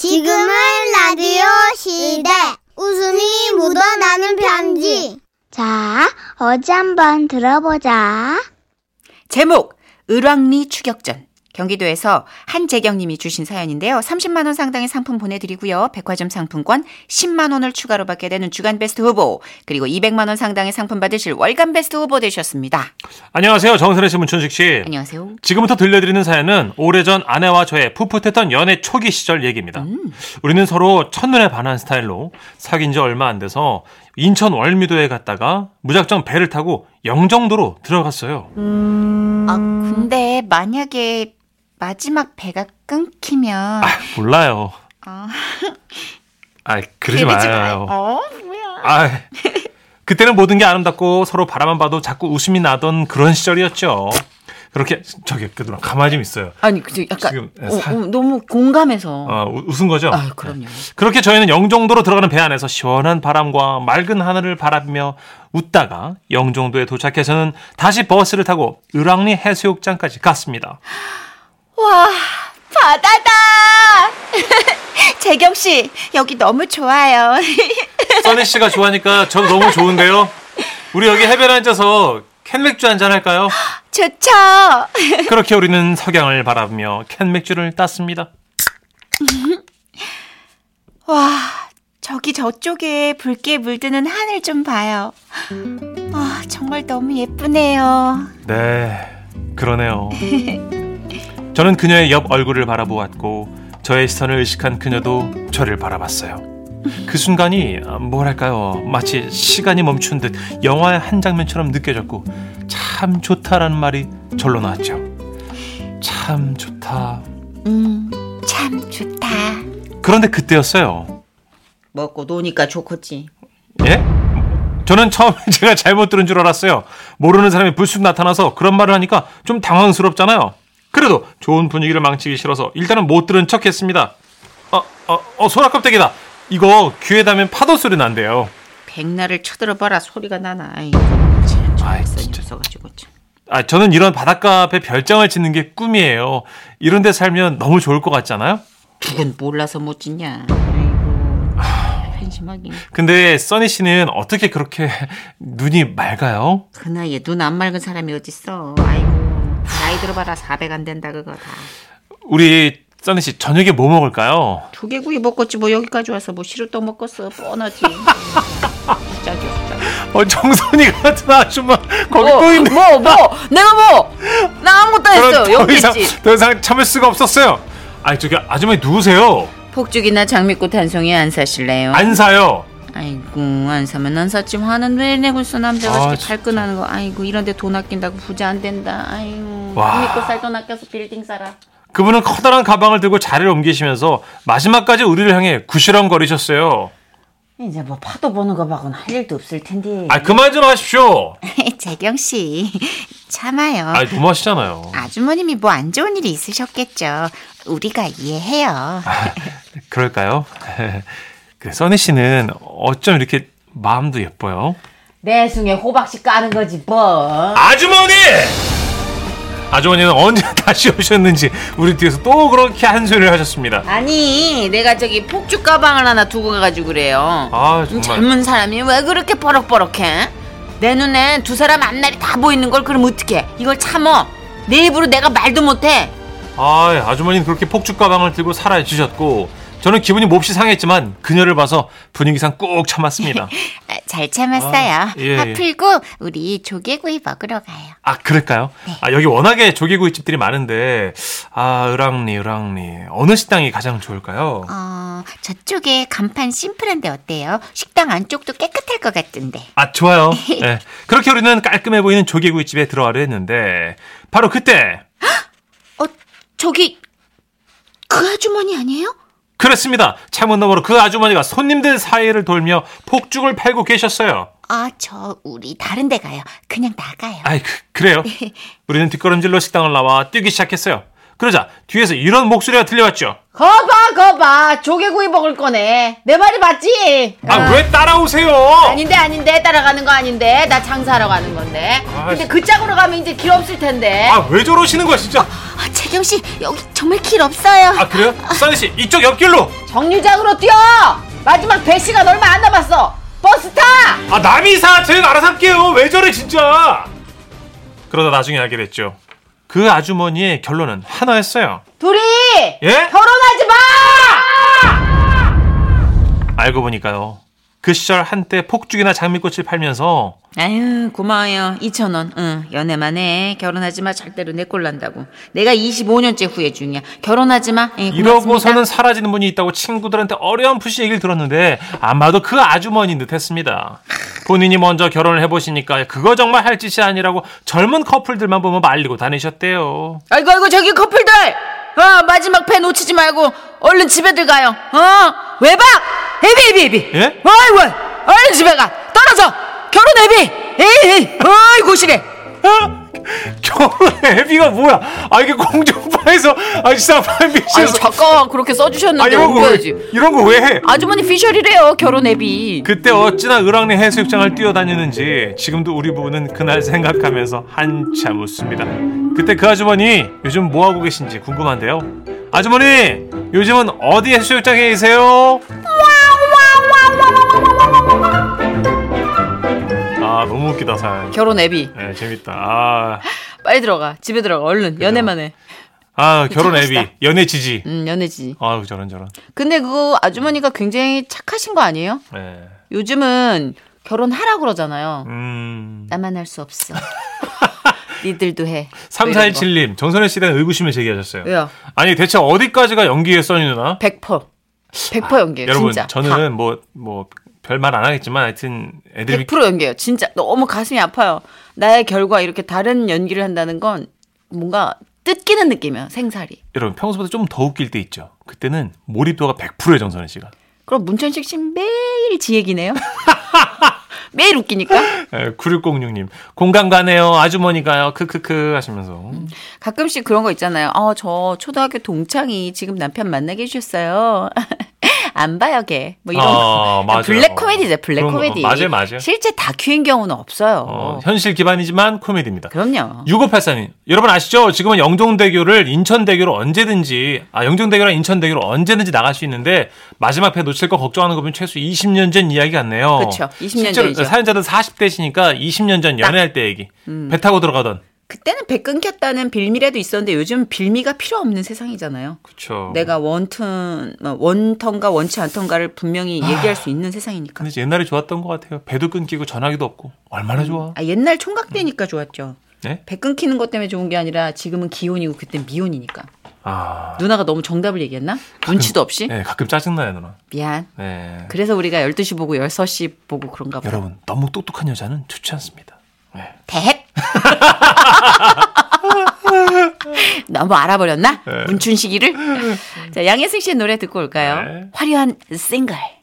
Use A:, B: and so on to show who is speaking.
A: 지금은 라디오 시대. 웃음이 묻어나는 편지.
B: 자, 어제 한번 들어보자.
C: 제목 을왕리 추격전 경기도에서 한재경님이 주신 사연인데요. 30만 원 상당의 상품 보내드리고요. 백화점 상품권 10만 원을 추가로 받게 되는 주간 베스트 후보 그리고 200만 원 상당의 상품 받으실 월간 베스트 후보 되셨습니다.
D: 네. 안녕하세요. 정선혜 씨, 문춘식 씨.
C: 안녕하세요.
D: 지금부터 들려드리는 사연은 오래전 아내와 저의 풋풋했던 연애 초기 시절 얘기입니다.
C: 음.
D: 우리는 서로 첫눈에 반한 스타일로 사귄 지 얼마 안 돼서 인천 월미도에 갔다가 무작정 배를 타고 영정도로 들어갔어요.
C: 아 근데 만약에 마지막 배가 끊기면
D: 아, 몰라요.
C: 아.
D: 아, 그러지 마요.
C: 어 뭐야?
D: 아, 그때는 모든 게 아름답고 서로 바라만 봐도 자꾸 웃음이 나던 그런 시절이었죠. 그렇게 저기 그 누나 가만히 좀 있어요.
C: 아니 그 약간
D: 지금 네,
C: 어,
D: 사-
C: 어, 너무 공감해서
D: 어, 우- 웃은 거죠? 네.
C: 아 그럼요.
D: 그렇게 저희는 영종도로 들어가는 배 안에서 시원한 바람과 맑은 하늘을 바라보며 웃다가 영종도에 도착해서는 다시 버스를 타고 을왕리 해수욕장까지 갔습니다.
C: 와, 바다다! 재경씨, 여기 너무 좋아요.
D: 써니 씨가 좋아하니까 저도 너무 좋은데요. 우리 여기 해변에 앉아서 캔맥주 한잔 할까요?
C: 좋죠?
D: 그렇게 우리는 석양을 바라보며 캔맥주를 땄습니다.
C: 와, 저기 저쪽에 붉게 물드는 하늘 좀 봐요. 아, 정말 너무 예쁘네요.
D: 네, 그러네요. 저는 그녀의 옆 얼굴을 바라보았고 저의 시선을 의식한 그녀도 저를 바라봤어요. 그 순간이 아, 뭐랄까요, 마치 시간이 멈춘 듯 영화의 한 장면처럼 느껴졌고 참 좋다라는 말이 절로 나왔죠. 참 좋다.
C: 음, 참 좋다.
D: 그런데 그때였어요.
C: 먹고 노니까 좋겠지.
D: 예? 저는 처음에 제가 잘못 들은 줄 알았어요. 모르는 사람이 불쑥 나타나서 그런 말을 하니까 좀 당황스럽잖아요. 그래도 좋은 분위기를 망치기 싫어서 일단은 못 들은 척 했습니다. 어, 어, 어, 소라 껍데기다. 이거 귀에 닿으면 파도 소리 난대요.
C: 백날을 쳐들어봐라 소리가 나나. 아이,
D: 아이,
C: 진짜 써가지고 참.
D: 아, 저는 이런 바닷가 앞에 별장을 짓는 게 꿈이에요. 이런 데 살면 너무 좋을 것 같잖아요?
C: 누군 몰라서 못 짓냐. 아이고, 한심하긴.
D: 근데 써니 씨는 어떻게 그렇게 눈이 맑아요?
C: 그 나이에 눈 안 맑은 사람이 어딨어. 아이고. 나이 들어봐라 400 안 된다 그거 다.
D: 우리 써니 씨 저녁에 뭐 먹을까요?
C: 조개구이 먹었지 뭐 여기까지 와서 뭐 시루떡 먹었어. 뻔하지. 진짜죠.
D: 어, 정선이 같은 아줌마 거기
C: 어,
D: 또 있네.
C: 뭐뭐 뭐, 내가 뭐. 나 아무것도 안
D: 저는
C: 했어.
D: 더
C: 여기
D: 이상
C: 있지.
D: 더 이상 참을 수가 없었어요. 아니 저기 아줌마 누구세요?
C: 폭죽이나 장미꽃 한 송이 안 사실래요?
D: 안 사요.
C: 아이고 안 사면 안 샀지 화는 왜 내고 있어 남자가
D: 아,
C: 이렇게
D: 진짜.
C: 발끈하는 거. 아이고 이런데 돈 아낀다고 부자 안 된다. 아이고
D: 와.
C: 장미꽃 살 돈 아껴서 빌딩 사라.
D: 그분은 커다란 가방을 들고 자리를 옮기시면서 마지막까지 우리를 향해 구시렁거리셨어요.
C: 이제 뭐 파도 보는 거 봐고는 할 일도 없을 텐데.
D: 아 그만 좀 하십시오.
C: 재경 씨 참아요.
D: 아 너무 하시잖아요.
C: 아주머님이 뭐 안 좋은 일이 있으셨겠죠. 우리가 이해해요.
D: 그럴까요? 그 써니 씨는 어쩜 이렇게 마음도 예뻐요?
C: 내숭에 호박씨 까는 거지 뭐.
D: 아주머니! 아주머니는 언제 다시 오셨는지 우리 뒤에서 또 그렇게 한 소리를 하셨습니다.
C: 아니 내가 저기 폭죽 가방을 하나 두고 가가지고 그래요.
D: 아
C: 좀
D: 정말.
C: 젊은 사람이 왜 그렇게 버럭버럭해? 내 눈엔 두 사람 앞날이 다 보이는 걸 그럼 어떡해? 이걸 참어. 내 입으로 내가 말도 못해.
D: 아, 아주머니는 그렇게 폭죽 가방을 들고 살아 주셨고 저는 기분이 몹시 상했지만 그녀를 봐서 분위기상 꾹 참았습니다.
C: 아, 잘 참았어요.
D: 아, 예,
C: 화
D: 예.
C: 풀고 우리 조개구이 먹으러 가요.
D: 아, 그럴까요? 아, 여기 워낙에 조개구이 집들이 많은데 아, 을왕리, 을왕리. 어느 식당이 가장 좋을까요?
C: 어, 저쪽에 간판 심플한데 어때요? 식당 안쪽도 깨끗할 것 같은데.
D: 아, 좋아요. 예. 그렇게 우리는 깔끔해 보이는 조개구이 집에 들어가려 했는데 바로 그때
C: 어, 저기 그 아주머니 아니에요?
D: 그렇습니다. 창문 너머로 그 아주머니가 손님들 사이를 돌며 폭죽을 팔고 계셨어요.
C: 아, 저 우리 다른 데 가요. 그냥 나가요.
D: 아이 그, 그래요? 우리는 뒷걸음질로 식당을 나와 뛰기 시작했어요. 그러자 뒤에서 이런 목소리가 들려왔죠.
E: 거봐 거봐 조개구이 먹을 거네 내 말이 맞지?
D: 아 왜 따라오세요?
E: 아닌데 아닌데 따라가는 거 아닌데 나 장사하러 가는 건데
D: 아,
E: 근데 그 짝으로 가면 이제 길 없을 텐데
D: 아 왜 저러시는 아, 거야 진짜?
C: 아, 재
B: 재경 씨 여기 정말 길 없어요.
D: 아 그래요? 써니 씨 이쪽 옆길로.
E: 정류장으로 뛰어! 마지막 배 시간 얼마 안 남았어! 버스 타!
D: 아 남이사 제가 알아서 할게요. 왜 저래 진짜. 그러다 나중에 알게 됐죠. 그 아주머니의 결론은 하나였어요.
E: 둘이!
D: 예?
E: 결혼하지 마!
D: 알고 보니까요. 그 시절 한때 폭죽이나 장미꽃을 팔면서
C: 아유 고마워요. 2천 원. 응 연애만 해. 결혼하지 마. 절대로 내 꼴 난다고. 내가 25년째 후회 중이야. 결혼하지 마. 예, 고맙습니다.
D: 이러고서는 사라지는 분이 있다고 친구들한테 어렴풋이 얘기를 들었는데 아마도 그 아주머니인 듯했습니다. 본인이 먼저 결혼을 해보시니까 그거 정말 할 짓이 아니라고 젊은 커플들만 보면 말리고 다니셨대요.
C: 아이고 아이고 저기 커플들. 어 마지막 배 놓치지 말고 얼른 집에들 가요. 어 외박. 헤비 헤비 헤비.
D: 아! 예?
E: 뭐.
C: 아이고 얼른 집에 가. 떨어져. 결혼 헤비. 에이 에이. 어이 고시래.
D: 결혼 애비가 뭐야? 아 이게 공중파에서 아 진짜
C: 아니
D: 미션에서
C: 잠깐 그렇게
D: 아
C: 써주셨는데
D: 이런 거 왜,
C: 웃겨야지.
D: 이런 거 왜 해?
C: 아주머니 피셜이래요 결혼 앱이.
D: 그때 어찌나 을왕리 해수욕장을 뛰어다니는지 지금도 우리 부부는 그날 생각하면서 한참 웃습니다. 그때 그 아주머니 요즘 뭐 하고 계신지 궁금한데요. 아주머니 요즘은 어디 해수욕장에 계세요? 아 너무 웃기다 사연.
C: 결혼 앱이.
D: 네, 재밌다. 아,
C: 빨리 들어가 집에 들어가 얼른 연애만 해.
D: 아 결혼 애비
C: 재밌다.
D: 연애 지지.
C: 음 연애지.
D: 아우 저런 저런.
C: 근데 그거 아주머니가 굉장히 착하신 거 아니에요?
D: 네.
C: 요즘은 결혼하라 그러잖아요.
D: 음.
C: 나만 할 수 없어. 니들도 해. 뭐 이런 거.
D: 3417님, 정선혜 씨에 대한 의구심을 제기하셨어요.
C: 왜요?
D: 아니, 대체 어디까지가 연기의 써니 누나?
C: 100% 100% 연기예요.
D: 아, 여러분,
C: 네, 진짜.
D: 저는 뭐, 뭐, 별 말 안 하겠지만, 하여튼, 애들이.
C: 100% 연기예요. 진짜 너무 가슴이 아파요. 나의 결과 이렇게 다른 연기를 한다는 건 뭔가 뜯기는 느낌이에요. 생살이.
D: 여러분, 평소보다 좀 더 웃길 때 있죠. 그때는 몰입도가 100%예요, 정선혜 씨가.
C: 그럼 문천식 씨 매일 지 얘기네요. 매일 웃기니까.
D: 에, 9606님, 예, 공감 가네요, 아주머니가요, 크크크 하시면서.
C: 음. 가끔씩 그런 거 있잖아요. 어, 저 초등학교 동창이 지금 남편 만나게 해주셨어요. 안 봐요, 걔. 뭐 이런
D: 아,
C: 거.
D: 맞아요.
C: 블랙 코미디죠, 블랙
D: 그런 거.
C: 코미디.
D: 맞아요, 맞아요.
C: 실제 다큐인 경우는 없어요.
D: 어, 현실 기반이지만 코미디입니다.
C: 그럼요.
D: 6584님. 여러분 아시죠? 지금은 영종대교를 인천대교로 언제든지, 아, 영종대교랑 인천대교로 언제든지 나갈 수 있는데, 마지막 회 놓칠 거 걱정하는 거 보면 최소 20년 전 이야기 같네요.
C: 그쵸. 20년
D: 실제로
C: 전이죠.
D: 사연자들 40대시니까 20년 전 연애할 때 얘기.
C: 음.
D: 배 타고 들어가던.
C: 그때는 배 끊겼다는 빌미라도 있었는데 요즘 빌미가 필요 없는 세상이잖아요.
D: 그쵸.
C: 내가 원튼, 뭐 원턴가 원치 않턴가를 분명히
D: 아.
C: 얘기할 수 있는 세상이니까.
D: 근데 옛날에 좋았던 것 같아요. 배도 끊기고 전화기도 없고. 얼마나 좋아.
C: 아, 옛날 총각 때니까 좋았죠.
D: 네?
C: 배 끊기는 것 때문에 좋은 게 아니라 지금은 기혼이고 그땐 미혼이니까.
D: 아.
C: 누나가 너무 정답을 얘기했나? 눈치도 없이?
D: 네, 가끔 짜증나요, 누나.
C: 미안.
D: 네.
C: 그래서 우리가 12시 보고 6시 보고 그런가 봐요.
D: 여러분, 너무 똑똑한 여자는 좋지 않습니다. 네.
C: 대헥! 너무
D: 네.
C: 알아버렸나? 문춘식이를? 자, 양혜승 씨의 노래 듣고 올까요?
D: 네.
C: 화려한 싱글.